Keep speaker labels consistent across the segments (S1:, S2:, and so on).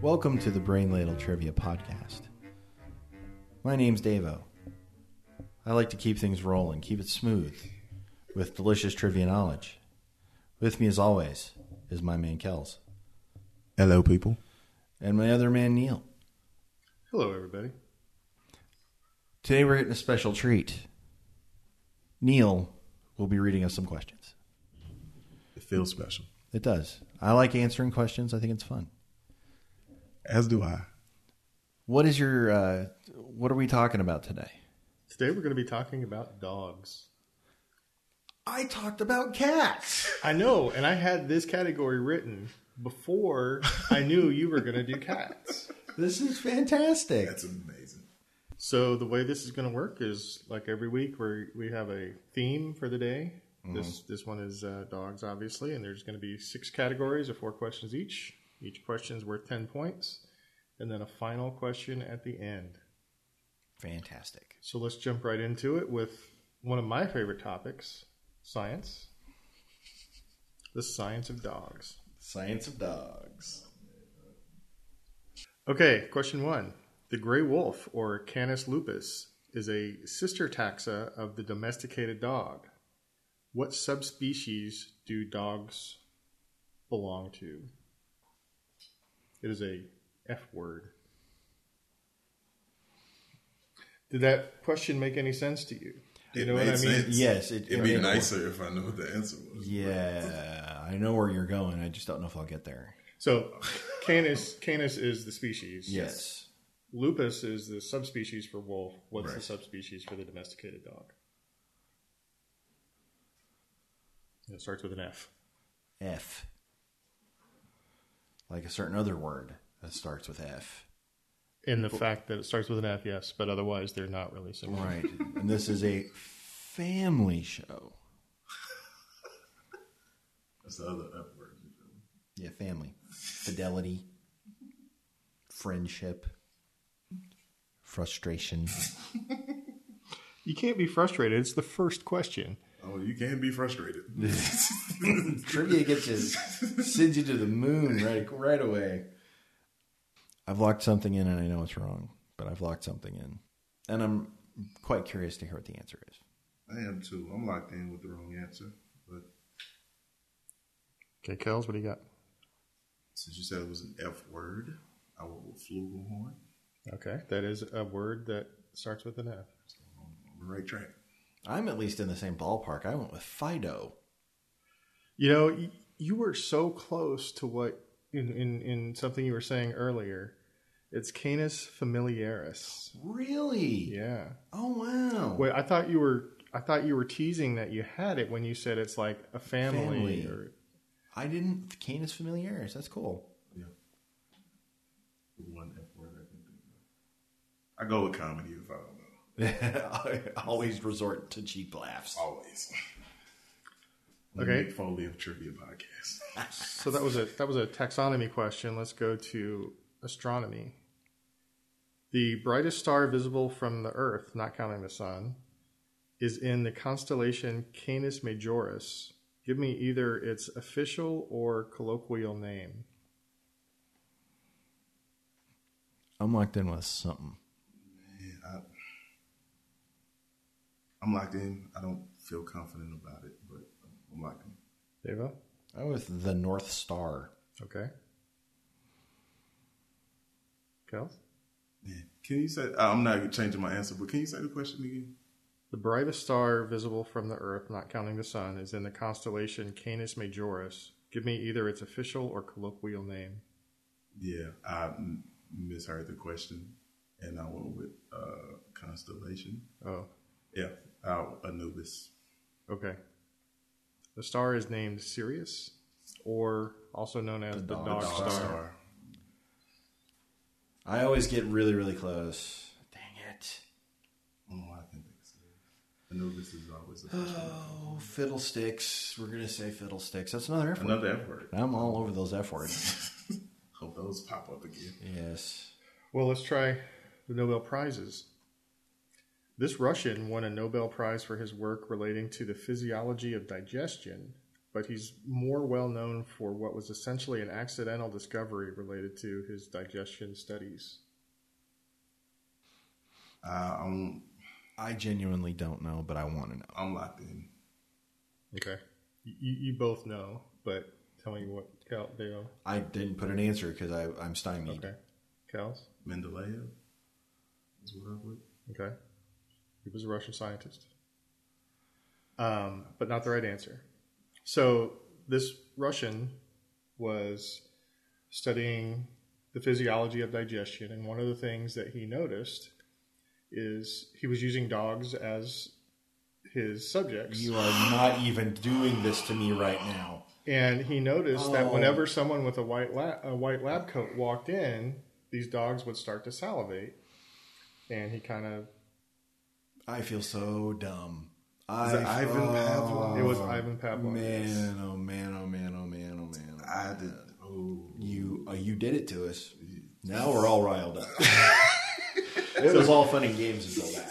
S1: Welcome to the Brain Ladle Trivia Podcast. My name's Davo. I like to keep things rolling, keep it smooth, with delicious trivia knowledge. With me, as always, is my man Kells
S2: Hello, people.
S1: and my other man Neil.
S3: Hello, everybody.
S1: Today we're getting a special treat. Neil will be reading us some questions.
S2: It feels special,
S1: It does. I like answering questions. I think it's fun.
S2: as do I.
S1: What is your? Uh, what are we talking about today?
S3: Today we're going to be talking about dogs.
S1: I talked about cats.
S3: I know, and I had this category written before I knew you were going to do cats.
S1: This is fantastic.
S2: amazing.
S3: So the way this is going to work is like every week we we have a theme for the day. This this one is uh, dogs, obviously, and there's going to be six categories of four questions each. Each question is worth ten points, and then a final question at the end.
S1: fantastic.
S3: So let's jump right into it with one of my favorite topics science. The science of dogs.
S1: Science of dogs.
S3: Okay, question one. The gray wolf, or Canis lupus, is a sister taxa of the domesticated dog. What subspecies do dogs belong to? It is a F word. Did that question make any sense to you? Do you know what I mean?
S1: Yes, it-
S2: It'd be
S1: it-
S2: nicer if I knew what the answer was.
S1: Yeah, I know where you're going. I just don't know if I'll get there.
S3: So, Canis Canis is the species.
S1: Yes.
S3: Lupus is the subspecies for wolf. What's the subspecies for the domesticated dog? And It starts with an F.
S1: F. Like a certain other word that starts with F.
S3: In the fact that it starts with an F, yes, but otherwise they're not really similar.
S1: Right. and this is a family show.
S2: That's the other F word.
S1: Yeah, family. Fidelity. Friendship. Frustration.
S3: You can't be frustrated. It's the first question.
S2: Oh, you can be frustrated.
S1: Trivia gets you, sends you to the moon right right away. I've locked something in, and I know it's wrong, but I've locked something in, and I'm quite curious to hear what the answer is.
S2: I am too. I'm locked in with the wrong answer. But
S3: Okay, Kels, what do you got?
S2: since you said it was an F word, I went with flugelhorn.
S3: Okay, that is a word that starts with an F.
S2: I'm on the right track.
S1: I'm at least in the same ballpark. I went with Fido.
S3: You know, y- you were so close to what in, in, in something you were saying earlier. It's Canis familiaris.
S1: Really?
S3: Yeah.
S1: Oh wow.
S3: Wait, I thought you were I thought you were teasing that you had it when you said it's like a family.
S1: Family.
S3: Or,
S1: I didn't. Canis familiaris. That's cool.
S2: Yeah. The one F word I can think of. I go with comedy if I don't know.
S1: I always resort to cheap laughs.
S2: Always.
S3: Okay.
S2: Nick Foley of Trivia Podcast.
S3: so that was a that was a taxonomy question. Let's go to astronomy. The brightest star visible from the Earth, not counting the sun, is in the constellation Canis Majoris. Give me either its official or colloquial name.
S1: I'm locked in with something.
S2: Yeah, I, I'm locked in. I don't feel confident about it, but I'm locked in.
S3: Deva?
S1: I went with the North Star.
S3: Okay. Kels?
S2: Yeah. Can you say? I'm not changing my answer, but can you say the question again?
S3: The brightest star visible from the Earth, not counting the Sun, is in the constellation Canis Majoris. Give me either its official or colloquial name.
S2: Yeah, I m- misheard the question, and I went with uh, constellation.
S3: Oh,
S2: Yeah, uh, Anubis.
S3: okay. The star is named Sirius, or also known as the,
S1: dog-
S3: dog,
S1: the
S2: Dog
S3: star.
S2: star.
S1: I always get really, really close. Dang it.
S2: I don't know why Oh, I can think of it. Anubis is always a first one.
S1: Oh, fiddlesticks. We're going to say fiddlesticks. That's another F word.
S2: Another F word.
S1: I'm all over those F words.
S2: Hope those pop up again.
S1: yes.
S3: Well, let's try the Nobel Prizes. This Russian won a Nobel Prize for his work relating to the physiology of digestion but he's more well known for what was essentially an accidental discovery related to his digestion studies.
S2: Uh, I'm
S1: I genuinely don't know, but I want to know.
S2: I'm locked in.
S3: Okay. You, you both know, but tell me what Cal, they are.
S1: I didn't put an answer because I'm stymied.
S3: Okay. Cal's?
S2: Mendeleev is what I would.
S3: Okay. He was a Russian scientist. Um, but not the right answer. So this Russian was studying the physiology of digestion, and one of the things that he noticed is he was using dogs as his subjects.
S1: You are not even doing this to me right now.
S3: And he noticed that
S1: Oh.
S3: whenever someone with a white lab, a white lab coat walked in, these dogs would start to salivate. And he kind of
S1: I feel so dumb.
S2: Is it Ivan
S1: Oh.
S2: Pavlov?
S3: it was Ivan Pavlov.
S1: Man, oh man, oh man, oh man, oh man.
S2: I did. Oh,
S1: You uh, you did it to us. Now we're all riled up. it was all fun and games until that.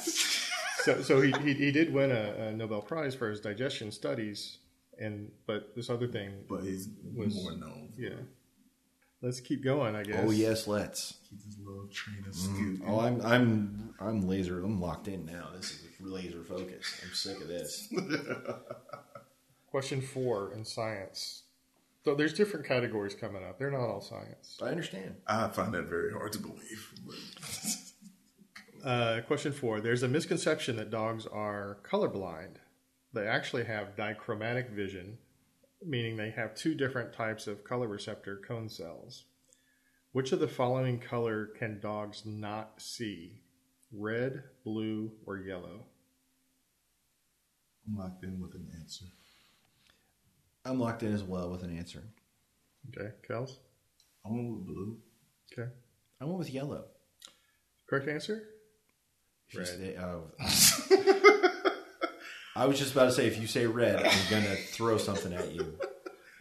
S3: so, so he, he he did win a, a Nobel Prize for his digestion studies, and but this other thing,
S2: but he's
S3: Was-
S2: more known.
S3: yeah. Let's keep going, I guess.
S1: Oh yes, let's.
S2: He's this little train of scoot.
S1: Oh, I'm I'm I'm laser. I'm locked in now. This is laser focused. I'm sick of this.
S3: Question four in science. So there's different categories coming up. They're not all science.
S1: I understand.
S2: I find that very hard to believe. but-
S3: Uh, question four. There's a misconception that dogs are colorblind. They actually have dichromatic vision, meaning they have two different types of color receptor cone cells. Which of the following color can dogs not see? Red, blue, or yellow?
S2: I'm locked in with an answer.
S1: I'm locked in as well with an answer.
S3: Okay, Kels?
S2: I went with blue.
S3: Okay.
S1: I went with yellow.
S3: Correct answer?
S1: If you
S3: Red.
S1: say- oh. I was just about to say, if you say red, I'm gonna throw something at you.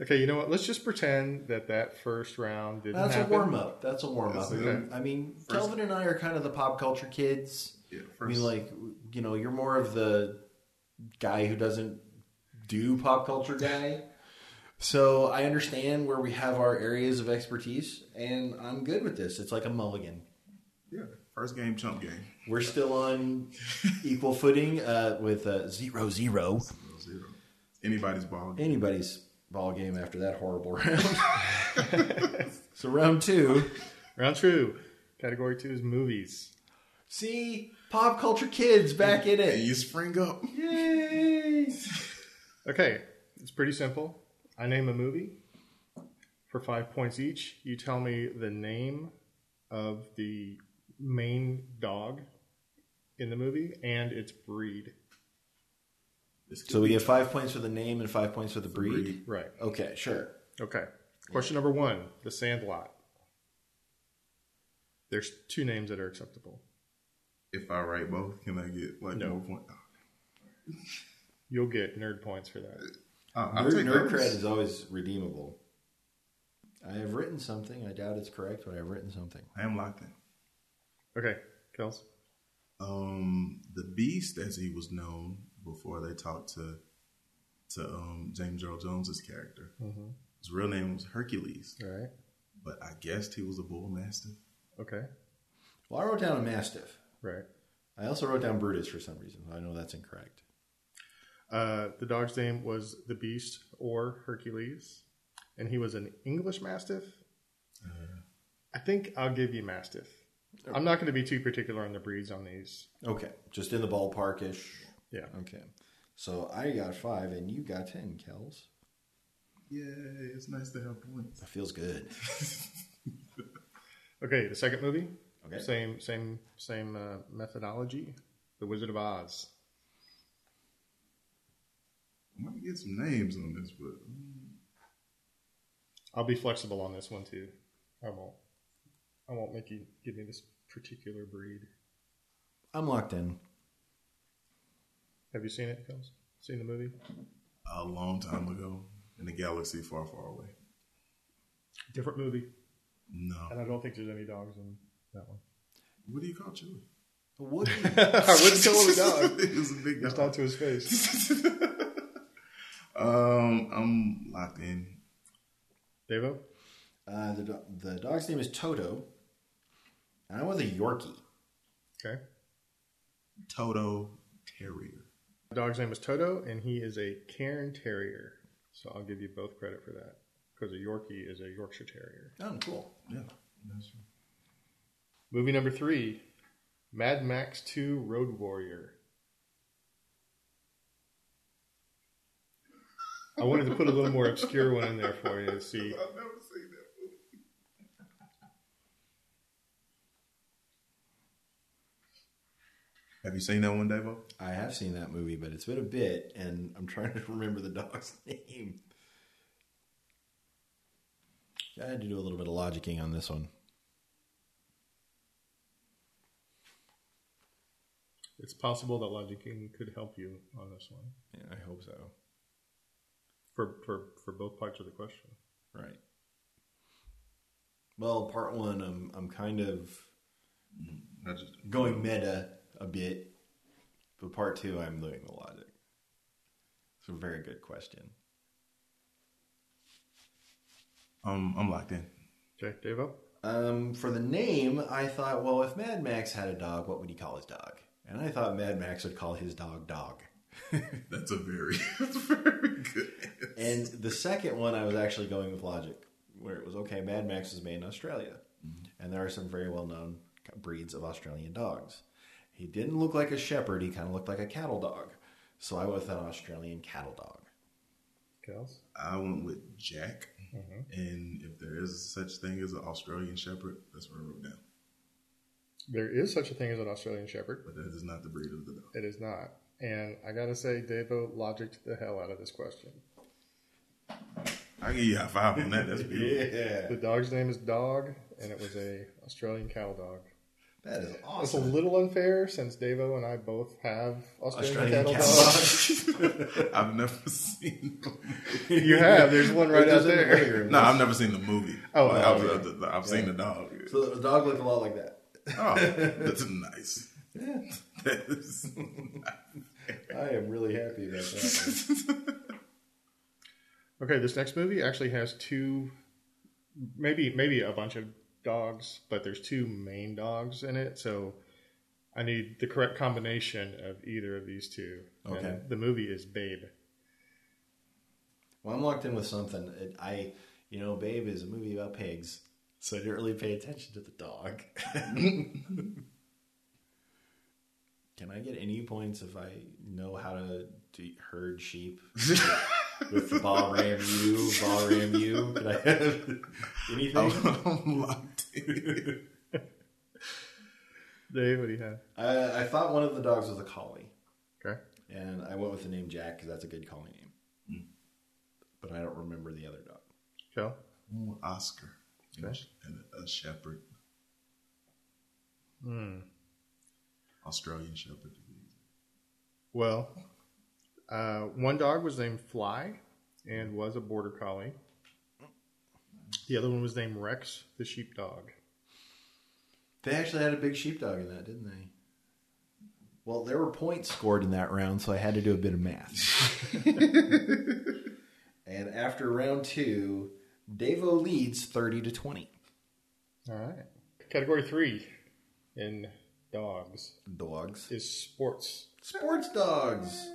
S3: Okay, you know what? Let's just pretend that that first round didn't
S1: That's a
S3: happen.
S1: warm up. That's a warm up.
S2: That's okay.
S1: I mean, Kelvin and I are kind of the pop culture kids.
S2: Yeah,
S1: I mean, like you know, you're more of the guy who doesn't do pop culture guy. So I understand where we have our areas of expertise, and I'm good with this. It's like a mulligan.
S2: yeah, first game, chump game.
S1: We're still on equal footing uh, with uh, zero zero.
S2: Zero, zero. Anybody's ball game.
S1: anybody's ball game after that horrible round. so round two.
S3: Round two. Category two is movies.
S1: See, pop culture kids back in
S2: And
S1: it.
S2: you spring up.
S1: Yay!
S3: Okay, it's pretty simple. I name a movie for five points each. You tell me the name of the main dog in the movie and its breed.
S2: This could
S1: So we
S2: be
S1: get five points for the name and five points for the breed.
S2: breed.
S3: Right.
S1: Okay, sure.
S3: Okay. Question number one The Sandlot. There's two names that are acceptable.
S2: If I write both, can I get like
S3: No.
S2: more point?
S3: You'll get nerd points for that.
S2: Uh, I'll
S1: Nerd,
S2: take
S1: nerd
S2: those.
S1: cred is always redeemable. I have written something. I doubt it's correct, but I've written something.
S2: I am locked in.
S3: Okay, Kels.
S2: Um, the Beast, as he was known before they talked to to um, James Earl Jones's character.
S3: Mm-hmm.
S2: His real name was Hercules,
S3: All right.
S2: but I guessed he was a bull mastiff.
S3: Okay.
S1: Well, I wrote down a mastiff.
S3: Right.
S1: I also wrote down Brutus for some reason. I know that's incorrect.
S3: Uh, the dog's name was the Beast or Hercules, and he was an English Mastiff. I think I'll give you Mastiff. I'm not going to be too particular on the breeds on these.
S1: Okay, just in the ballpark ish.
S3: Yeah.
S1: Okay, so I got five and you got ten, Kels.
S2: Yeah, it's nice to have points.
S1: That feels good.
S3: Okay, the second movie,
S1: Okay.
S3: same same same uh, methodology. The Wizard of Oz.
S2: I might get some names on this, but mm,
S3: I'll be flexible on this one too. I won't. I won't make you give me this particular breed.
S1: I'm locked in.
S3: Have you seen it, Kels? Seen the movie?
S2: a long time ago in a galaxy far, far away.
S3: Different movie, and
S2: No,
S3: I don't think there's any dogs in that one.
S2: what do you call Chewie?
S1: Woody.
S3: I wouldn't call him a dog.
S2: it was a big
S3: It's
S2: dog.
S3: not to his face.
S2: Um, I'm locked in.
S3: Devo?
S1: Uh, the, do- the dog's name is Toto. And I'm with a Yorkie.
S3: Okay.
S2: Toto Terrier.
S3: The dog's name is Toto, and he is a Cairn Terrier. So I'll give you both credit for that because a Yorkie is a Yorkshire Terrier.
S1: Oh, cool.
S2: Yeah, that's right.
S3: Movie number three Mad Max 2 Road Warrior. I wanted to put a little more obscure one in there for you to see.
S2: I've never seen that movie. Have you seen that one, Davo?
S1: I have seen that movie, but it's been a bit, and I'm trying to remember the dog's name. I had to do a little bit of logicking on this one.
S3: It's possible that Logic King could help you on this one
S1: I hope so.
S3: for, for, for both parts of the question.
S1: Right. Well, part one, I'm I'm kind of
S2: Mm, I just
S1: going meta a bit, but part two, I'm doing the logic. It's a very good question.
S2: um, I'm locked in.
S3: Okay, Devo?
S1: Um, for the name, I thought, well, if Mad Max had a dog, what would he call his dog? And I thought Mad Max would call his dog Dog.
S2: That's a very, that's a very good. answer.
S1: And the second one, I was actually going with logic, where it was okay. Mad Max was made in Australia, and there are some very well-known breeds of Australian dogs. He didn't look like a shepherd; he kind of looked like a cattle dog. So I went with an Australian cattle dog.
S3: Gals?
S2: I went with Jack,
S3: Mm-hmm.
S2: and if there is such thing as an Australian Shepherd, that's what I wrote down.
S3: There is such a thing as an Australian Shepherd.
S2: But that is not the breed of the dog.
S3: It is not. And I gotta say, Devo logicked the hell out of this question.
S2: I give you a high five on that. That's beautiful.
S1: Yeah,
S3: The dog's name is Dog, and it was a Australian cattle dog.
S1: that is
S3: It's a
S1: awesome.
S3: little unfair since Devo and I both have Australian,
S1: Australian
S3: cattle,
S1: cattle
S3: dogs.
S2: I've never seen. The movie.
S3: You have. There's one right
S1: It
S3: out
S1: doesn't
S3: there.
S1: matter.
S2: No, I've never seen the movie.
S3: Oh,
S2: Like,
S3: oh,
S2: I've,
S3: okay.
S2: I've- I've seen the dog.
S1: So the dog looked a lot like that.
S2: Oh, that's nice.
S1: Yeah,
S2: That is-
S1: I am really happy about that. one.
S3: Okay, this next movie actually has two, maybe maybe a bunch of dogs, but there's two main dogs in it. So I need the correct combination of either of these two. And
S1: Okay.
S3: the movie is Babe.
S1: Well, I'm locked in with something. It, I, you know, Babe is a movie about pigs, so I didn't really pay attention to the dog. Can I get any points if I know how to do, herd sheep with the ball ram you, ball ram you? Could I have
S2: Oh.
S1: anything?
S2: I'm locked in.
S3: Dave, what do you have?
S1: I, I thought one of the dogs was a collie,
S3: Okay.
S1: and I went with the name Jack because that's a good collie name. But I don't remember the other dog.
S3: Kel?
S2: Ooh, Oscar
S3: Okay.
S2: and a shepherd,
S3: Hmm.
S2: Australian shepherd.
S3: Well, uh, one dog was named Fly and was a border collie. The other one was named Rex, the sheepdog.
S1: They actually had a big sheepdog in that, didn't they? Well, there were points scored in that round, so I had to do a bit of math. and after round two, Devo leads 30 to 20.
S3: All right. Category three in dogs
S1: Dogs.
S3: is sports.
S1: Sports dogs.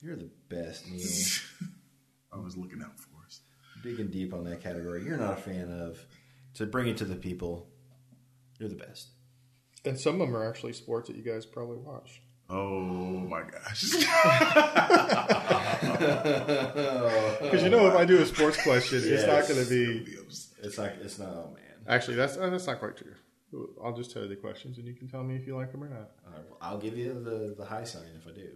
S1: You're the best, Neil.
S2: I was looking out for us.
S1: Digging deep on that category. You're not a fan of. To bring it to the people, you're the best.
S3: And some of them are actually sports that you guys probably watched.
S2: Oh my gosh!
S3: Because you know, if I do a sports question, it's
S1: Yes.
S3: not going to be.
S1: It's like, it's not, oh man.
S3: Actually, that's uh, that's not quite true. I'll just tell you the questions, and you can tell me if you like them or not.
S1: Uh, I'll give you the, the high sign if I do.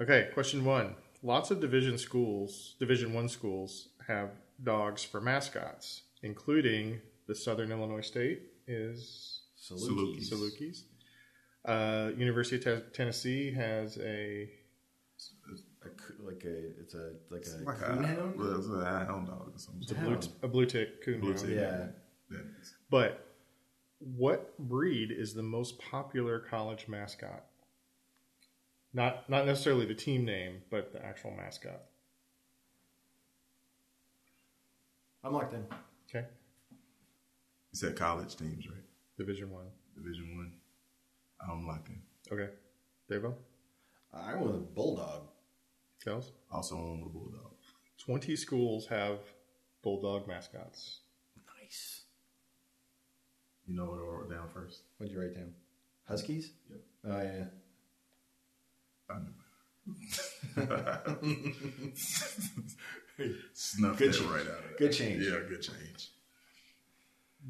S3: Okay, question one. Lots of division schools, Division One schools, have dogs for mascots, including the Southern Illinois State is
S1: Salukis.
S3: Salukis. Uh, University of Te- Tennessee has a
S1: a, coo- like a it's a like a
S2: Like a,
S1: coonhound?
S2: well, it's a hound dog or something.
S3: it's a blue,
S1: Hound.
S3: a blue tick coon.
S2: Blue
S3: hound.
S2: tick.
S1: yeah.
S2: That is-
S3: But what breed is the most popular college mascot? Not not necessarily the team name, but the actual mascot.
S1: I'm locked in.
S3: Okay.
S2: You said college teams, right?
S3: Division one.
S2: Division one. I'm locking.
S3: Okay. Devo,
S1: I'm with a bulldog.
S3: Kels.
S2: Also on with the Bulldogs.
S3: 20 schools have Bulldog mascots.
S1: Nice.
S2: You know what I wrote down first?
S1: What'd you write down? Huskies.
S2: Yep.
S1: Oh yeah.
S2: I knew. Snuff
S1: Good
S2: that
S1: change.
S2: right out of that.
S1: Good change.
S2: Yeah, good change.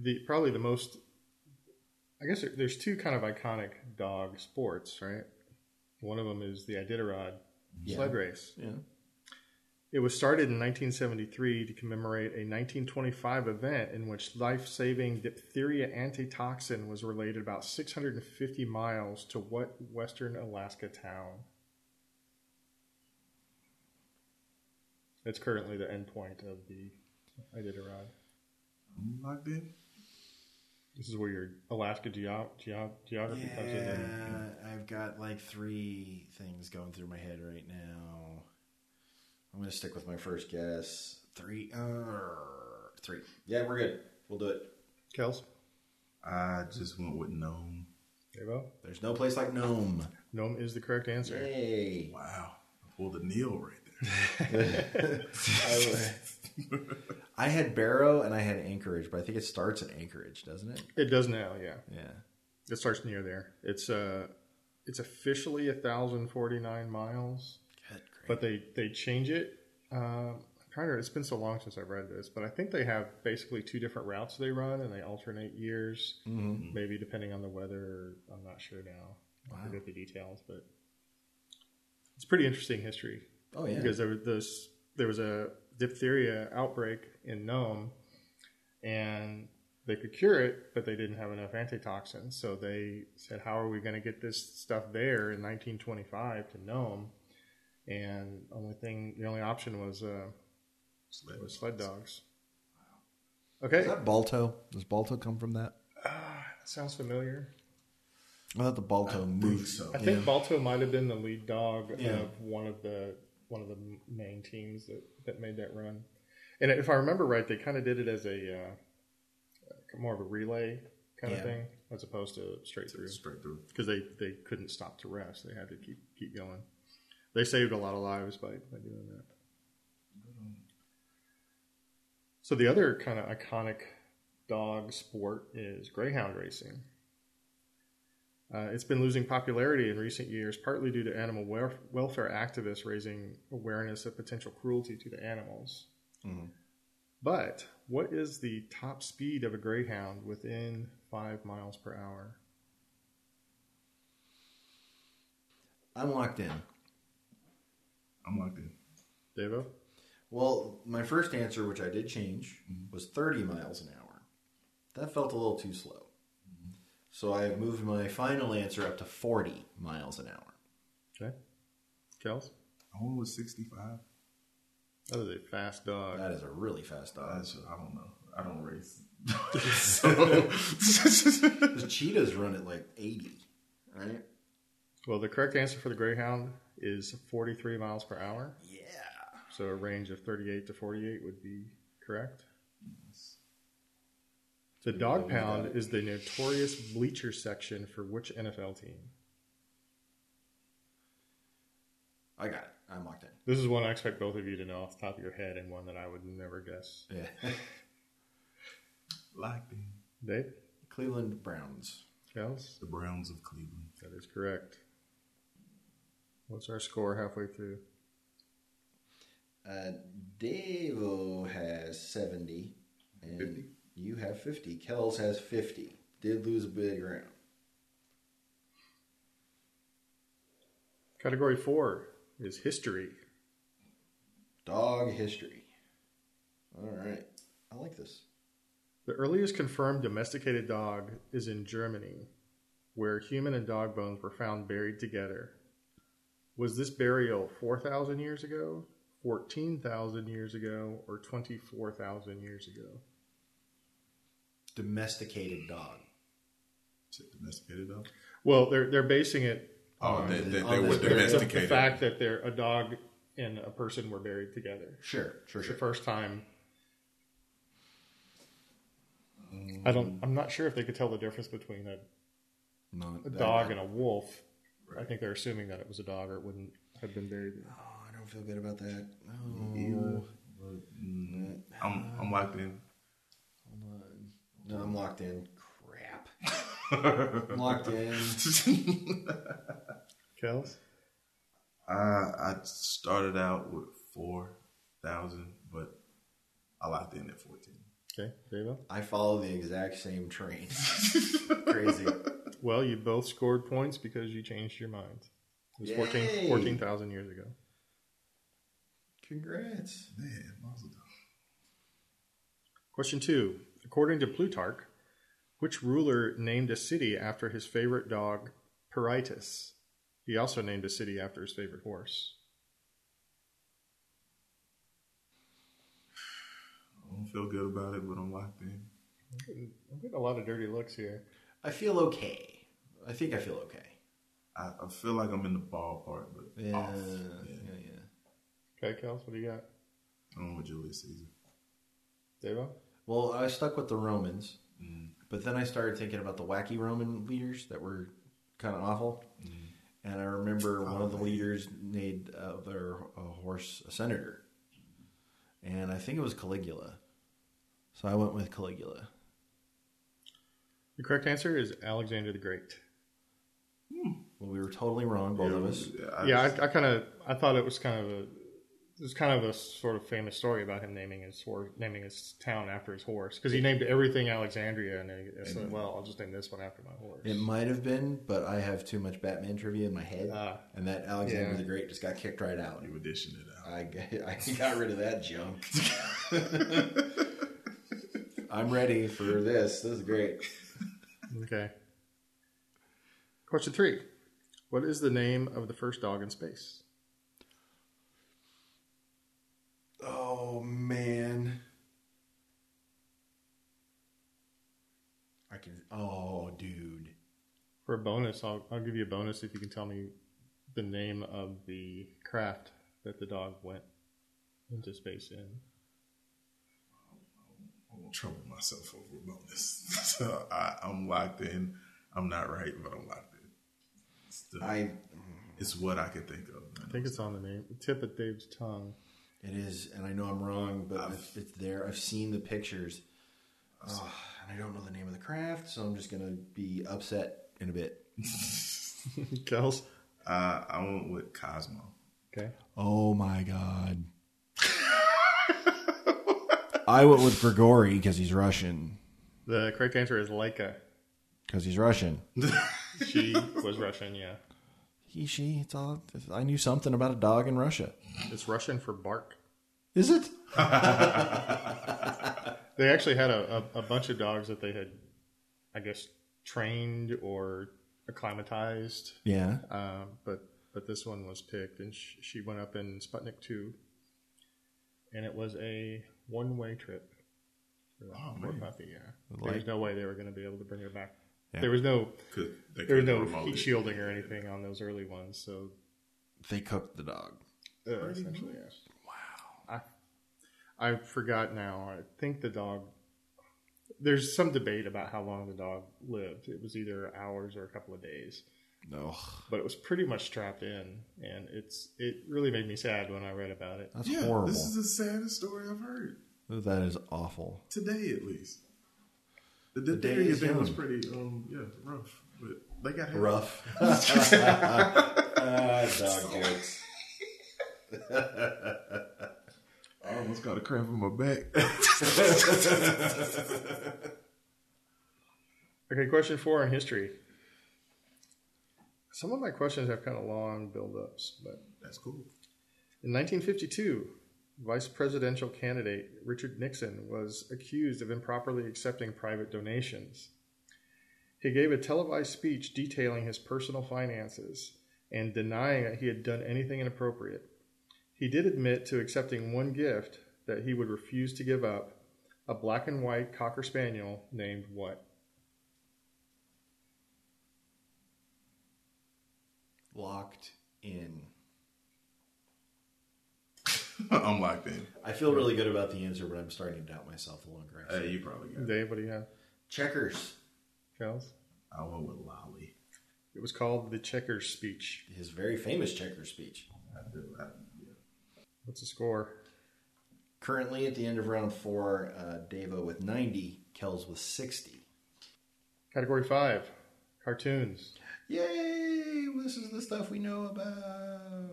S3: The Probably the most, I guess there, there's two kind of iconic dog sports, right? One of them is the Iditarod
S1: Yeah.
S3: sled race.
S1: Yeah.
S3: It was started in 1973 to commemorate a 1925 event in which life saving diphtheria antitoxin was related about 650 miles to what Western Alaska town? It's currently the endpoint of the Iditarod.
S2: I'm locked in.
S3: This is where your Alaska geo- geo- geography comes in.
S1: I've got like three things going through my head right now. I'm gonna stick with my first guess. Three. Uh, three. Yeah, we're good. We'll do it.
S3: Kels?
S2: I just went with Gnome.
S3: Devo?
S1: There's no place like Nome.
S3: Nome is the correct answer.
S1: Yay.
S2: Wow. I pulled a Neil right there.
S1: I, I had Barrow and I had Anchorage, but I think it starts at Anchorage, doesn't it?
S3: It does now, yeah.
S1: Yeah.
S3: It starts near there. It's uh, it's officially 1,049 miles.
S1: Good.
S3: but they they change it. Um, I'm trying to. It's been so long since I've read this, but I think they have basically two different routes they run, and they alternate years,
S1: hmm
S3: maybe depending on the weather. Or I'm not sure now. I forget the details, but it's pretty interesting history
S1: Oh yeah.
S3: because there was this there was a diphtheria outbreak in Nome, and they could cure it, but they didn't have enough antitoxins. So they said, "How are we going to get this stuff there in 1925 to Nome?" And only thing, the only option was uh,
S2: Sled.
S3: was sled
S1: Is
S3: dogs. Okay,
S1: that Balto? Does Balto come from that?
S3: Ah, that sounds familiar.
S1: I thought the Balto moved.
S2: so.
S3: I think Balto might have been the lead dog
S1: Yeah.
S3: of one of the one of the main teams that, that made that run. And if I remember right, they kind of did it as a uh, more of a relay kind
S1: Yeah.
S3: of thing as opposed to straight through
S2: Straight through.
S3: because they, they couldn't stop to rest. They had to keep keep going. They saved a lot of lives by, by doing that. So the other kind of iconic dog sport is greyhound racing. Uh, it's been losing popularity in recent years, partly due to animal welf- welfare activists raising awareness of potential cruelty to the animals.
S1: Mhm.
S3: But what is the top speed of a greyhound within five miles per hour?
S1: I'm locked in.
S2: I'm locked in.
S3: Devo?
S1: Well, my first answer, which I did change,
S3: Mm-hmm.
S1: was 30 miles an hour. That felt a little too slow.
S3: Mm-hmm.
S1: So I moved my final answer up to 40 miles an hour.
S3: Okay. Kels?
S2: I went with 65.
S3: That is a fast dog.
S1: That is a really fast dog.
S2: Uh, That's, I don't know. I don't race. so,
S1: The cheetahs run at like 80, right?
S3: Well, the correct answer for the Greyhound is 43 miles per hour.
S1: Yeah.
S3: So a range of 38 to 48 would be correct. The dog pound is the notorious bleacher section for which NFL team?
S1: I got it. I'm locked in.
S3: This is one I expect both of you to know off the top of your head and one that I would never guess.
S1: Yeah.
S2: locked in.
S3: Dave?
S1: Cleveland Browns.
S3: Kels?
S2: The Browns of Cleveland.
S3: That is correct. What's our score halfway through?
S1: Uh, Devo has 70. And
S2: 50?
S1: You have 50. Kells has 50. Did lose a bit of ground.
S3: Category four is history.
S1: Dog history. All right. I like this.
S3: The earliest confirmed domesticated dog is in Germany, where human and dog bones were found buried together. Was this burial 4,000 years ago, 14,000 years ago, or 24,000 years ago?
S1: Domesticated dog.
S2: Is it domesticated though?
S3: Well, they're, they're basing it
S2: Oh,
S1: On
S2: they,
S1: the-
S2: they,
S1: on
S2: they
S1: the-
S2: were
S3: the, the,
S2: domesticated.
S3: fact that they're, a dog and a person were buried together.
S1: Sure, sure,
S3: It's the first time I don't. I'm not sure if they could tell the difference between a,
S1: Not
S3: a
S1: that-
S3: dog and a wolf. I think they're assuming that it was a dog, or it wouldn't have been buried.
S1: Oh, I don't feel good about that. Oh,
S2: Ew. But, mm, I'm
S1: Um,
S2: I'm locked in.
S1: hold on. No, I'm locked in. Crap. I'm locked in.
S3: Kels,
S2: I I started out with four thousand, but I locked in at fourteen.
S3: okay, Dave.
S1: I follow the exact same train. Crazy.
S3: Well, you both scored points because you changed your mind. It was 14
S1: Yay.
S3: 14,000 years ago.
S1: Congrats.
S2: Man, Mazel tov.
S3: Question two. According to Plutarch, which ruler named a city after his favorite dog, Peritus? He also named a city after his favorite horse.
S2: I don't feel good about it, but I'm locked in.
S3: I'm getting a lot of dirty looks here.
S1: I feel okay. I think I feel okay.
S2: I, I feel like I'm in the ballpark, but
S1: Yeah.
S2: off.
S1: Yeah,
S2: Yeah.
S1: yeah.
S3: Okay, Kels, what do you got?
S2: I'm with Julius Caesar.
S3: Devo?
S1: Well, I stuck with the Romans, but then I started thinking about the wacky Roman leaders that were kind of awful. And I remember one of the leaders made uh, their a horse a senator, and I think it was Caligula. So I went with Caligula.
S3: The correct answer is Alexander the Great.
S1: Well, we were totally wrong, both of us.
S2: Yeah, I,
S3: yeah, I, I kind of I thought it was kind of a it was kind of a sort of famous story about him naming his horse, naming his town after his horse because he named everything Alexandria and then he said, "Well, I'll just name this one after my horse."
S1: It might have been, but I have too much Batman trivia in my head,
S3: Ah.
S1: and that Alexander
S3: Yeah.
S1: the Great just got kicked right out.
S2: you were dishing it out.
S1: I, g- I got rid of that junk. I'm ready for this. This is great.
S3: Okay. Question three: What is the name of the first dog in space?
S1: Oh man. I can Oh dude.
S3: For a bonus, I'll, I'll give you a bonus if you can tell me the name of the craft that the dog went into space in.
S2: I won't trouble myself over about this. so I, I'm locked in. I'm not right, but I'm locked in. It's, the-
S1: I
S2: it's what I could think of.
S3: I think it's on the name tip of Dave's tongue.
S1: it is and I know I'm wrong, but it's, it's there. I've seen the pictures. Oh, and I don't know the name of the craft, so I'm just going to be upset in a bit.
S3: Kels.
S2: Uh, I went with Cosmo.
S3: Okay.
S1: Oh my god. I went with Grigori because he's Russian.
S3: The correct answer is Leica.
S1: Because he's Russian.
S3: She was Russian, yeah.
S1: He, she, it's all. I knew something about a dog in Russia.
S3: It's Russian for bark.
S1: Is it?
S3: They actually had a, a, a bunch of dogs that they had, I guess, trained or acclimatized.
S1: Yeah.
S3: Uh, but but this one was picked, and sh- she went up in Sputnik 2. And it was a one way trip. for that
S2: Oh,
S3: poor
S2: man.
S3: puppy, yeah.
S1: Like-
S3: There was no way they were going to be able to bring her back.
S1: Yeah.
S3: There was no
S2: Could, they
S3: there was
S2: could
S3: no
S2: remote
S3: heat
S2: it.
S3: shielding or anything on those early ones, so
S1: They cooked the dog.
S3: Uh, essentially, yeah. Wow. I I forgot now. I think the dog. There's some debate about how long the dog lived. It was either hours or a couple of days,
S1: No.
S3: but it was pretty much strapped in, and it's it really made me sad when I read about it.
S1: That's
S2: Yeah,
S1: horrible.
S2: this is the saddest story I've heard
S1: that is awful.
S2: today, at least. The
S1: day
S2: diphtheria
S1: is
S2: thing was
S1: young.
S2: pretty, um, yeah, rough. But they got help.
S1: Rough. dog jokes.
S2: I almost got a cramp in my back.
S3: Okay, question four on history. Some of my questions have kind of long build-ups, but
S2: That's cool.
S3: In 1952, vice presidential candidate Richard Nixon was accused of improperly accepting private donations. He gave a televised speech detailing his personal finances and denying that he had done anything inappropriate. He did admit to accepting one gift that he would refuse to give up a black and white Cocker Spaniel named what?
S1: Locked in.
S2: I'm locked in.
S1: I feel really good about the answer, but I'm starting to doubt myself the longer I
S2: Hey,
S1: say.
S2: you probably got it.
S3: Dave, what do you have?
S1: Checkers.
S3: Charles?
S2: I went with Lolly.
S3: It was called the Checkers speech.
S1: His very famous checker speech.
S2: I do. I, yeah.
S3: What's the score?
S1: Currently at the end of round four, uh, Devo with 90, Kells with 60.
S3: Category five, cartoons.
S1: Yay! This is the stuff we know about.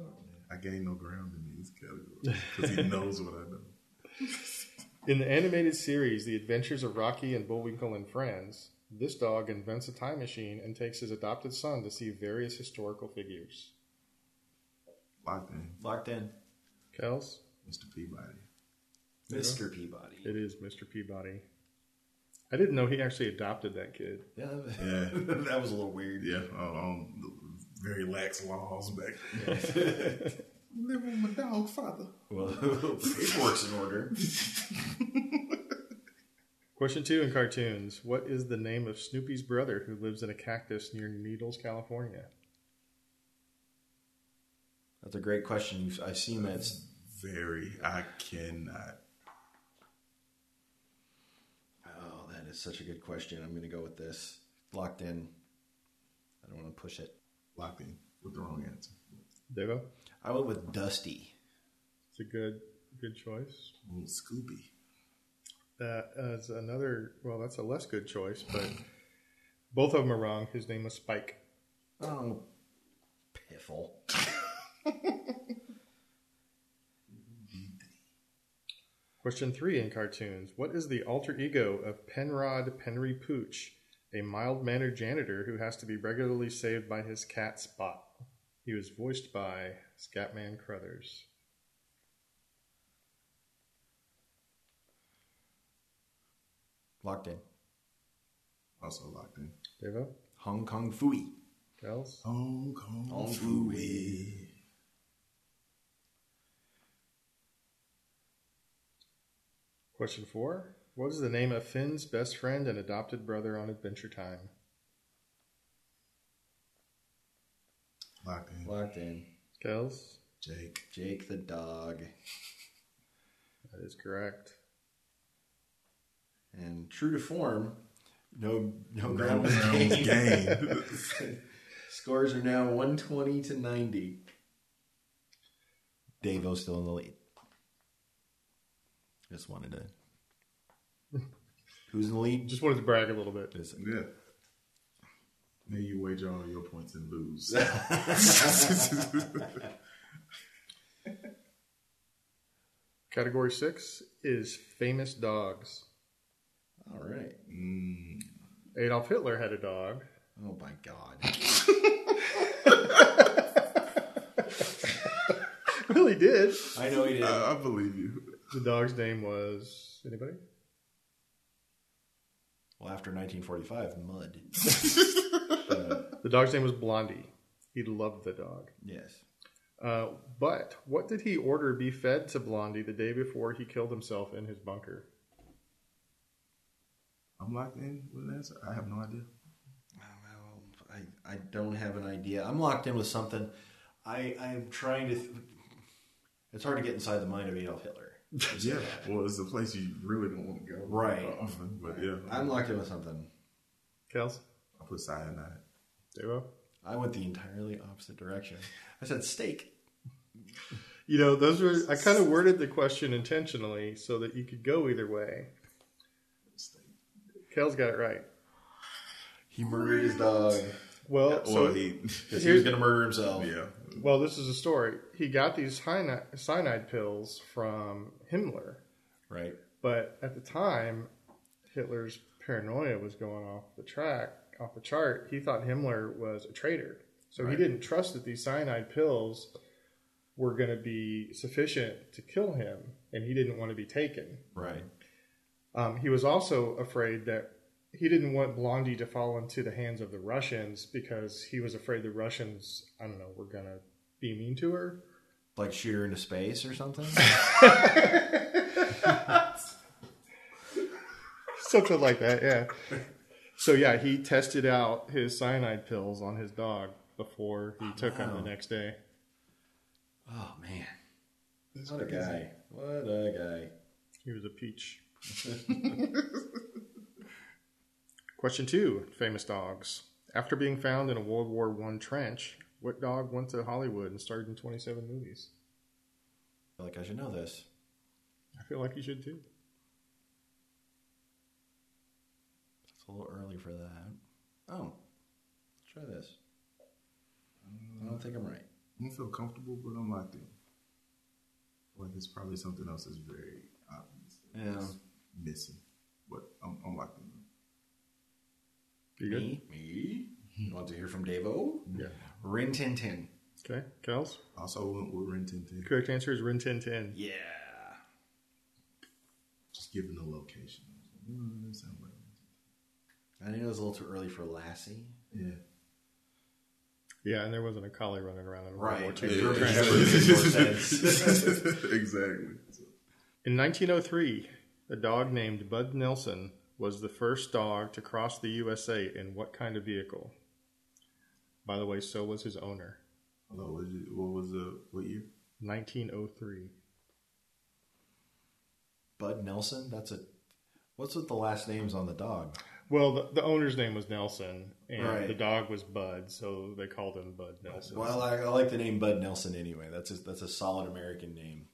S2: I gained no ground in these categories because he knows what I know.
S3: In the animated series, The Adventures of Rocky and Bullwinkle and Friends, this dog invents a time machine and takes his adopted son to see various historical figures.
S2: Locked in,
S1: Locked in.
S3: Kels?
S2: Mr. Peabody.
S1: Mr. Peabody.
S3: It is Mr. Peabody. I didn't know he actually adopted that kid.
S1: Yeah, that was,
S2: Yeah.
S1: that was a little weird.
S2: Yeah, on, on the very lax laws back. Live with my dog father.
S1: Well, paperwork's in order.
S3: Question two in cartoons What is the name of Snoopy's brother who lives in a cactus near Needles, California?
S1: That's a great question. You've- I've seen that. s-
S2: Very. I cannot.
S1: Oh, that is such a good question. I'm going to go with this. Locked in. I don't want to push it.
S2: Locked in with the wrong answer.
S3: Devo?
S1: I went with Dusty.
S3: It's a good good choice.
S2: Little Scooby.
S3: That is another, well, that's a less good choice, but both of them are wrong. His name was Spike.
S1: Oh, piffle.
S3: Question three in cartoons What is the alter ego of Penrod Penry Pooch, a mild mannered janitor who has to be regularly saved by his cat Spot? He was voiced by Scatman Crothers.
S1: Locked in.
S2: Also locked in.
S3: Devo?
S1: Hong Kong Fooey.
S3: Kels?
S2: Hong Kong
S1: Kong
S2: Fooey.
S3: Question four What is the name of Finn's best friend and adopted brother on Adventure Time?
S2: Locked in.
S1: Locked in.
S3: Kels?
S2: Jake.
S1: Jake the dog.
S3: That is correct.
S1: And true to form, no no ground
S2: Ground
S1: was
S2: rounds
S1: gained.
S2: game.
S1: Scores are now 120 to 90. Davo's still in the lead. Just wanted to. Who's in the lead?
S3: Just wanted to brag a little bit.
S1: Just-
S2: yeah. Then you wager all your points and lose.
S3: Category six is famous dogs.
S1: All right.
S2: mm,
S3: Adolf Hitler had a dog.
S1: Oh my god.
S3: well, he did.
S1: I know he did.
S2: I, I believe you.
S3: The dog's name was anybody?
S1: well, after 1945, mud.
S3: The dog's name was Blondie. He loved the dog.
S1: Yes.
S3: Uh, but what did he order be fed to Blondie the day before he killed himself in his bunker?
S2: I'm locked in with an answer. I have no idea.
S1: I, I don't have an idea. I'm locked in with something. I I'm trying to. Th- it's hard to get inside the mind of Adolf Hitler.
S2: Yeah. Well, it's a place you really don't want to go.
S1: Right.
S2: Often, but yeah.
S1: I'm locked in with something.
S3: Kels?
S2: I put cyanide.
S3: Devo?
S1: I went the entirely opposite direction. I said steak.
S3: You know, those were I kind of worded the question intentionally so that you could go either way. Kels got it right.
S1: He murdered his dog.
S3: Well, so
S2: well, he.
S1: 'Cause he was gonna murder himself.
S2: yeah.
S3: Well, this is a story. He got these cyanide, cyanide pills from Himmler,
S1: Right.
S3: but at the time, Hitler's paranoia was going off the track, off the chart. He thought Himmler was a traitor, so he
S1: Right.
S3: didn't trust that these cyanide pills were going to be sufficient to kill him, and he didn't want to be taken.
S1: Right.
S3: Um, he was also afraid that he didn't want Blondie to fall into the hands of the Russians because he was afraid the Russians, I don't know, were going to be mean to her.
S1: Like shoot her into space or something.
S3: something like that. Yeah. So yeah, he tested out his cyanide pills on his dog before he took them the next day.
S1: oh man. What a guy. What a guy.
S3: He was a peach. Question two famous dogs. After being found in a World War One trench, what dog went to Hollywood and starred in 27 movies?
S1: feel like I should know this.
S3: I feel like you should too.
S1: It's a little early for that. Oh, let's try this. I don't think I'm right.
S2: Mm, I don't feel comfortable, but I'm locked in. Like it's probably something else that's very obvious. that
S1: Yeah.
S2: is Missing. But I'm, I'm locked in.
S3: You good?
S1: Me? Me? You want to hear from Davo?
S3: Yeah.
S1: Rin Tin Tin.
S3: Okay. Kels?
S2: Also went with Rin Tin Tin.
S3: Correct answer is Rin Tin Tin.
S1: Yeah.
S2: Just given the location. Mm, that sound like Rin
S1: I think it was a little too early for Lassie.
S2: Tin Tin.
S3: Yeah, and there wasn't a collie running around in World War
S1: Right.
S3: II.
S1: Yeah.
S2: Yeah.
S1: Trench.
S2: exactly. So,
S3: In 1903, a dog named Bud Nelson was the first dog to cross the USA in what kind of vehicle? By the way, so was his owner.
S2: Hello, what, did you- what was the what year?
S3: 1903.
S1: Bud Nelson? That's a. What's with the last names on the dog?
S3: Well, the, the owner's name was Nelson, and
S1: Right.
S3: the dog was Bud, so they called him Bud Nelson.
S1: Well, I, I like the name Bud Nelson anyway. That's a, that's a solid American name.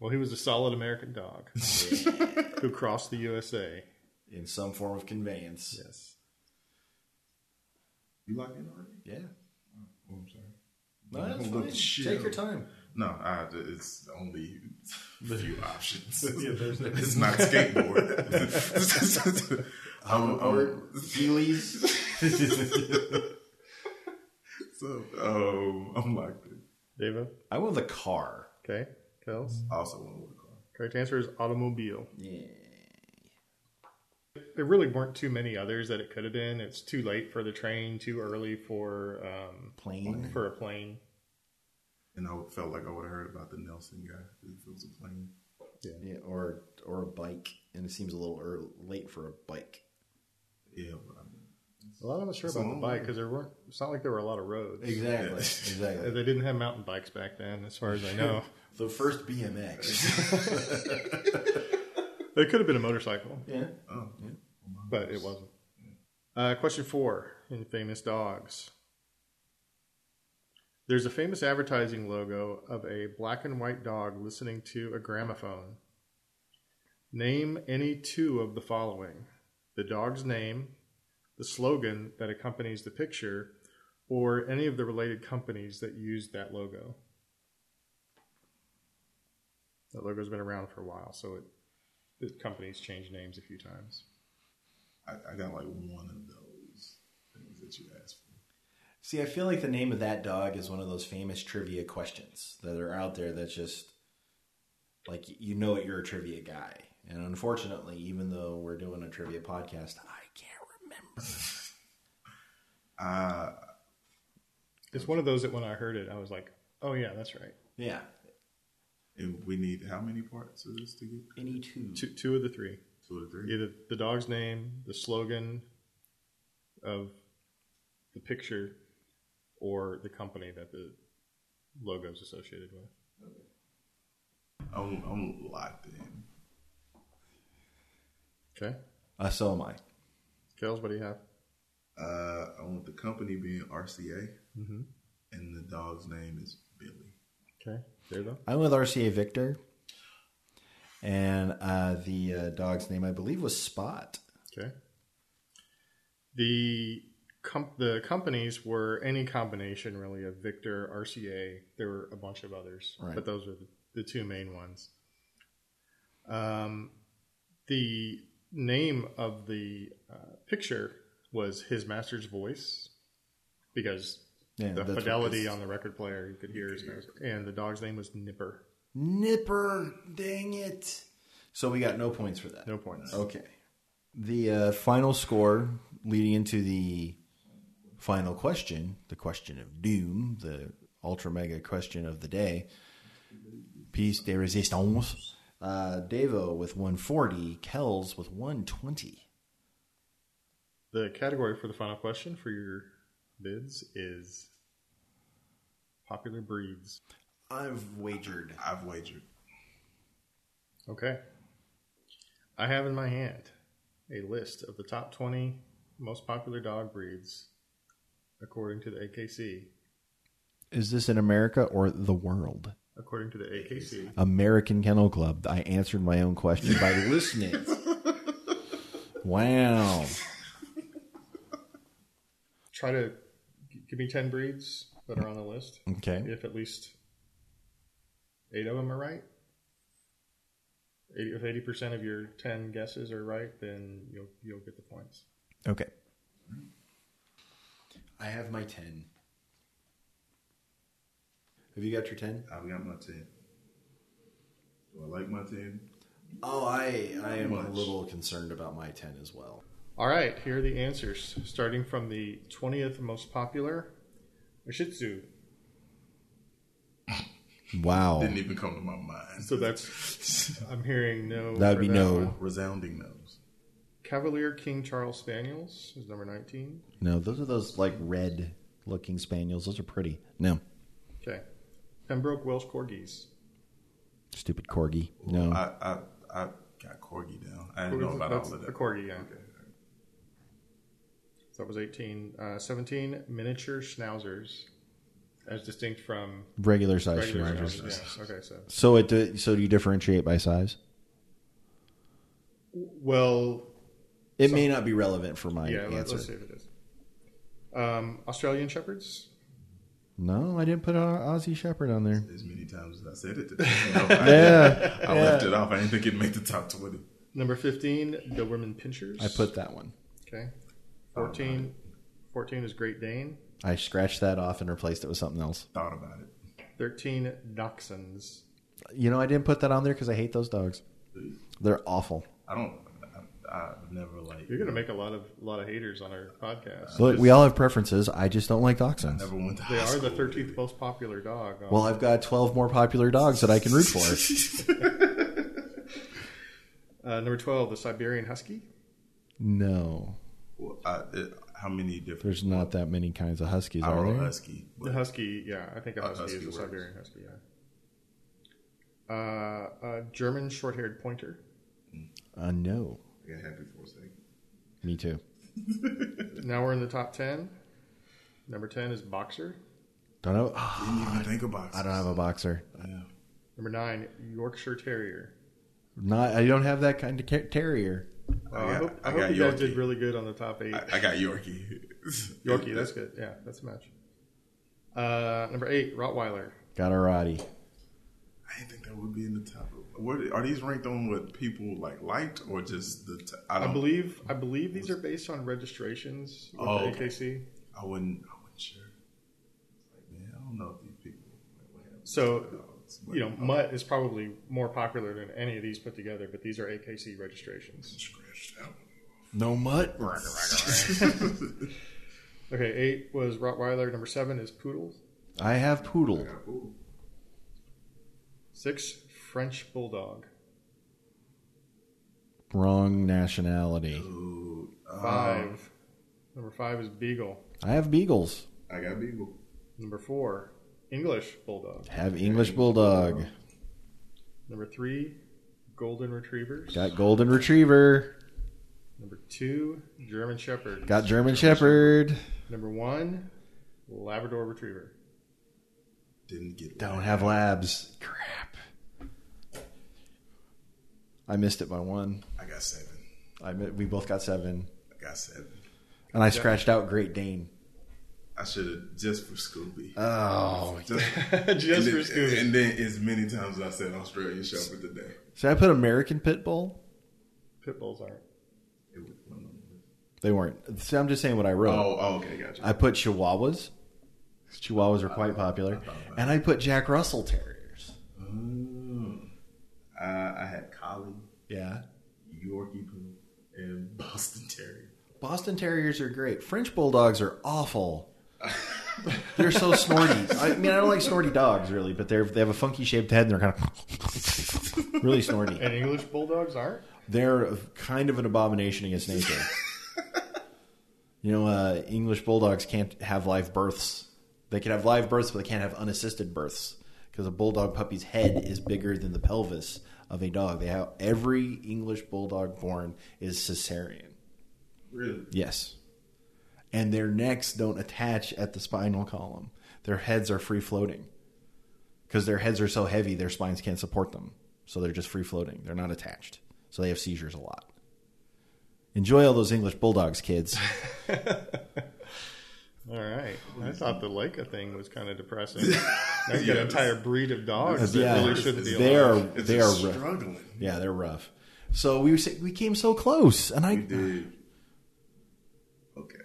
S3: Well, he was a solid American dog who crossed the USA.
S1: In some form of conveyance.
S3: Yes.
S2: You locked in already?
S1: Yeah.
S2: Oh, I'm sorry.
S1: No, that's
S2: Look,
S1: fine.
S2: shit.
S1: Take your time.
S2: No, I, it's only a few options. it's not skateboard. um, um,
S1: Heelys.
S2: so, um, I'm locked in.
S3: Deva?
S1: I want the car.
S3: Okay. Kels?
S2: Also want to work on.
S3: Correct answer is automobile.
S1: Yeah.
S3: There really weren't too many others that it could have been. It's too late for the train, too early for um,
S1: Plane.
S3: for a plane.
S2: And I felt like I would have heard about the Nelson guy. If it was a plane.
S1: Yeah, or or a bike, and it seems a little early, late for a bike.
S2: Yeah, but I mean,
S3: Well, I'm not sure
S2: It's a
S3: about the
S2: long
S3: bike
S2: way.
S3: because there weren't. It's not like there were a lot of roads.
S1: Exactly,
S3: Uh,
S1: exactly.
S3: They didn't have mountain bikes back then, as far as I know.
S1: The first BMX.
S3: it could have been a motorcycle,
S1: yeah.
S2: oh,
S3: but it wasn't. Uh, question four in famous dogs. There's a famous advertising logo of a black and white dog listening to a gramophone. Name any two of the following the dog's name, the slogan that accompanies the picture, or any of the related companies that use that logo. That logo's been around for a while, so it the companies change names a few times.
S2: I, I got like one of those things that you asked for.
S1: See, I feel like the name of that dog is one of those famous trivia questions that are out there. That's just like you know it. You're a trivia guy, and unfortunately, even though we're doing a trivia podcast, I can't remember.
S2: Uh,
S3: It's one of those that when I heard it, I was like, "Oh yeah, that's right."
S1: Yeah.
S2: and we need how many parts of this to get
S1: Any two.
S3: Two, two of the three:
S2: two or three?
S3: either the dog's name, the slogan of the picture, or the company that the logo is associated with.
S2: I'm, I'm locked in.
S3: Okay,
S1: Uh, so am I.
S3: Kels, what do you have?
S2: Uh, I want the company being RCA,
S3: Mm-hmm.
S2: and the dog's name is Billy.
S3: Okay, there though.
S1: I'm with RCA Victor, and uh, the uh, dog's name I believe was Spot.
S3: Okay. The com- the companies were any combination really of Victor, RCA. There were a bunch of others,
S1: Right.
S3: but those are the, the two main ones. Um, the name of the uh, picture was his master's voice because
S1: Yeah,
S3: the
S1: that's what
S3: fidelity
S1: this-
S3: on the record player you could hear his master, and the dog's name was Nipper.
S1: Nipper, dang it! So we got no points for that.
S3: No points.
S1: Okay. The uh, final score leading into the final question, the question of doom, the ultra mega question of the day. Piece de resistance. Uh, Devo with 140, Kells with 120.
S3: The category for the final question for your bids is popular breeds.
S1: I've wagered.
S2: I've wagered.
S3: Okay. I have in my hand a list of the top 20 most popular dog breeds according to the AKC.
S1: Is this in America or the world?
S3: According to the AKC.
S1: American Kennel Club. I answered my own question by listening. Wow.
S3: Try to g- give me 10 breeds that are on the list.
S1: Okay.
S3: If at least eight of them are right, 80, if 80% of your 10 guesses are right, then you'll, you'll get the points.
S1: Okay. I have my 10. Have you got your 10?
S2: I've got my ten. Do I like my ten?
S1: Oh, I I am
S2: Much.
S1: a little concerned about my 10 as well.
S3: All right, here are the answers. Starting from the 20th most popular, a Shih Tzu.
S1: Wow.
S2: Didn't even come to my mind.
S3: Oh. So that's, I'm hearing no.
S1: That would
S3: for
S1: be no.
S3: one.
S2: Resounding no's.
S3: Cavalier King Charles Spaniels is number 19.
S1: No, those are those like red looking spaniels. Those are pretty. No.
S3: Okay. Pembroke Welsh Corgis.
S1: Stupid corgi. No.
S2: I, I I got corgi down. I didn't know about
S3: That's
S2: all of
S3: a
S2: that.
S3: corgi, yeah. So that was 18. Uh, 17, miniature schnauzers, as distinct from
S1: regular size
S3: regular
S1: Schnauzers.
S3: schnauzers. Yeah. Okay, so.
S1: So it do- so do you differentiate by size?
S3: Well,
S1: It may not be relevant for my
S3: yeah, let,
S1: answer.
S3: us see if it is. Um, Australian Shepherds.
S1: No, I didn't put an Aussie Shepherd on there.
S2: As many times as I said it today. No, I,
S1: Yeah,
S2: I left it off. I didn't think it'd make the top twenty.
S3: Number 15, Doberman Pinchers.
S1: I put that one.
S3: Okay. 14, 14 is Great Dane.
S1: I scratched that off and replaced it with something else.
S2: Thought about it.
S3: 13, Dachshunds.
S1: You know, I didn't put that on there because I hate those dogs. They're awful.
S2: I don't. I, I've never like.
S3: You're going to make a lot of lot of haters on our podcast.
S1: Look, we all have preferences. I just don't like dachshunds.
S2: Never went to
S3: They
S2: high
S3: are the
S2: school.
S3: 13th most popular dog. on-
S1: Well, I've got 12 more popular dogs that I can root for.
S3: Uh, number 12, the Siberian Husky.
S1: no,
S2: Well, I, it, how many different?
S1: there's not that many kinds of huskies,
S2: I
S1: are
S2: wrote
S1: there?
S2: husky.
S3: The
S2: But
S3: Husky, yeah, I think a
S2: Uh,
S3: Husky,
S2: husky
S3: is a
S2: works.
S3: Siberian Husky, yeah. Uh, a German short haired pointer.
S1: Uh, no.
S2: I got happy for a second.
S1: Me too.
S3: Now we're in the top 10. Number 10 is Boxer.
S1: Don't know. Ah,
S2: Didn't even think about.
S1: I don't have a boxer.
S2: Yeah.
S3: Number 9, Yorkshire Terrier.
S1: Not. I don't have that kind of ter- terrier.
S3: Wow,
S2: I
S3: Uh, I,
S2: got-
S3: hope, I
S2: I
S3: hope
S2: got
S3: you guys
S2: Yorkie.
S3: did really good on the top 8.
S2: I, I got Yorkie.
S3: Yorkie, that's good. Yeah, that's a match. Uh, number 8, Rottweiler.
S1: Got a Roddy.
S2: I didn't think that would be in the top. Of, where, are these ranked on what people like liked or just the? T- I
S3: I
S2: don't.
S3: believe I believe these are based on registrations with
S2: Oh,
S3: the
S2: okay.
S3: AKC.
S2: I wouldn't. I wasn't sure. Like, man, I don't know if these people. like, what happened
S3: So,
S2: to the dogs, but-
S3: you know, Mutt is probably more popular than any of these put together, but these are AKC registrations.
S2: Scratched
S1: No mutt.
S2: out.
S3: Okay, eight was Rottweiler. Number seven is Poodle.
S1: I have poodle.
S2: Ooh,
S3: Six, French Bulldog.
S1: Wrong nationality.
S2: ooh, um,
S3: Five, number five is Beagle.
S1: I have beagles.
S2: Uh, I got Beagle.
S3: Number four, English Bulldog.
S1: Have English bulldog.
S3: Number three, Golden Retrievers.
S1: Got golden retriever.
S3: Number two, German Shepherd.
S1: Got German shepherd.
S3: Number one, Labrador Retriever.
S2: Didn't get
S1: Don't have labs. Crap. I missed it by one.
S2: I got seven.
S1: I mi- we both got seven,
S2: I got seven.
S1: and I scratched out Great Dane.
S2: I should have just for Scooby.
S1: Oh,
S2: Just,
S3: Just
S2: and
S3: for
S2: then-
S3: Scooby.
S2: And then as many times as I said Australian Shepherd today.
S1: should I put American Pit Bull?
S3: Pit bulls aren't.
S2: It was one of them.
S1: They weren't. So I'm just saying what I wrote.
S2: Oh, oh, okay, gotcha.
S1: I put Chihuahuas. Chihuahuas are quite popular, and I put Jack Russell Terriers.
S2: Oh. Uh, I, I had Collie,
S1: Yeah,
S2: Yorkie Poo, and Boston Terrier.
S1: Boston Terriers are great. French Bulldogs are awful. they're so snorty. I mean, I don't like snorty dogs really, but they're they have a funky shaped head and they're kind of really snorty.
S3: And English Bulldogs aren't?
S1: they're kind of an abomination against nature. you know, uh, English bulldogs can't have live births. They can have live births, but they can't have unassisted births because a bulldog puppy's head is bigger than the pelvis of a dog. They have every English bulldog born is cesarean.
S2: Really?
S1: Yes. And their necks don't attach at the spinal column. Their heads are free floating. Because their heads are so heavy, their spines can't support them. So they're just free floating. They're not attached. So they have seizures a lot. Enjoy all those English bulldogs, kids.
S3: All right. I thought the Leica thing was kind of depressing. Now you got an entire breed of dogs that
S1: Yeah.
S3: really shouldn't be
S1: They
S3: alive.
S1: are
S2: It's
S1: they are
S2: just
S1: rough.
S2: struggling.
S1: Yeah, they're rough. So we sa- we came so close, and I
S2: We did. Okay.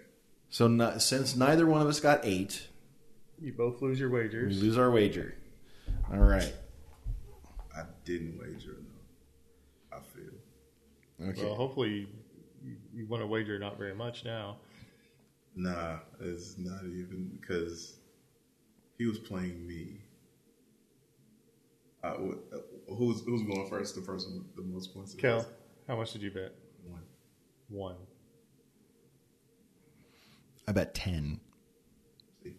S1: so not, since neither one of us got eight,
S3: You both lose your
S1: we
S3: wagers.
S1: lose our wager. All right.
S2: I didn't wager enough. I feel.
S1: Okay.
S3: Well, hopefully you, you want to wager not very much now.
S2: Nah, it's not even because he was playing me. I, w- uh, who's who's going first? The person with the most points.
S3: Kel, how much did you bet?
S2: One.
S3: One.
S1: I bet ten.
S2: See?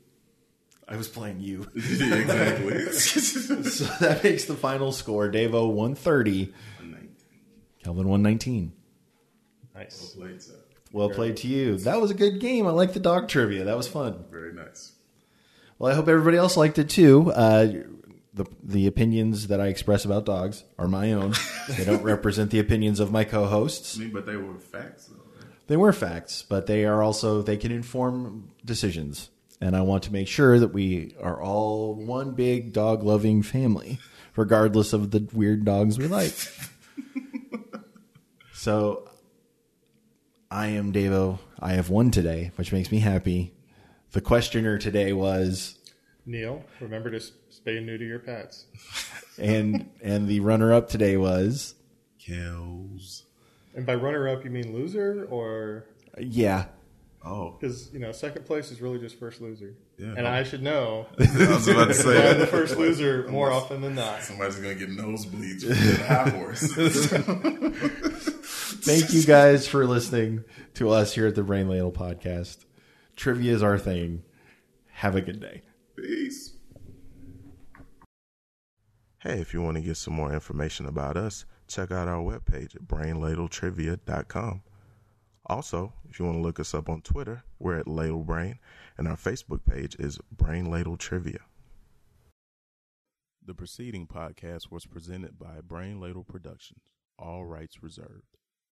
S1: I was playing you.
S2: yeah, exactly.
S1: So that makes the final score Davo 130, Kelvin 119.
S3: Nice.
S2: Later.
S1: Well played to you. That was a good game. I like the dog trivia. That was fun.
S2: Very nice.
S1: Well, I hope everybody else liked it too. Uh, the, the opinions that I express about dogs are my own. they don't represent the opinions of my co-hosts.
S2: I mean, but they were facts though.
S1: They were facts, but they are also they can inform decisions. And I want to make sure that we are all one big dog loving family, regardless of the weird dogs we like. so I am Davo. I have won today, which makes me happy. The questioner today was
S3: Neil, remember to s- spay and neuter your pets.
S1: and and the runner up today was
S2: Kells.
S3: And by runner up, you mean loser or
S1: yeah.
S2: Oh,
S3: because you know second place is really just first loser.
S2: Yeah.
S3: And I should know
S2: I was about to
S3: that I'm
S2: say
S3: the first loser more often than not.
S2: somebody's gonna get nosebleeds from the high horse.
S1: Thank you guys for listening to us here at the Brain Ladle Podcast. Trivia is our thing. Have a good day.
S2: Peace. Hey, if you want to get some more information about us, check out our webpage at brainladletrivia.com. Also, if you want to look us up on Twitter, we're at Ladle Brain, and our Facebook page is Brain Ladle Trivia. The preceding podcast was presented by Brain Ladle Productions, all rights reserved.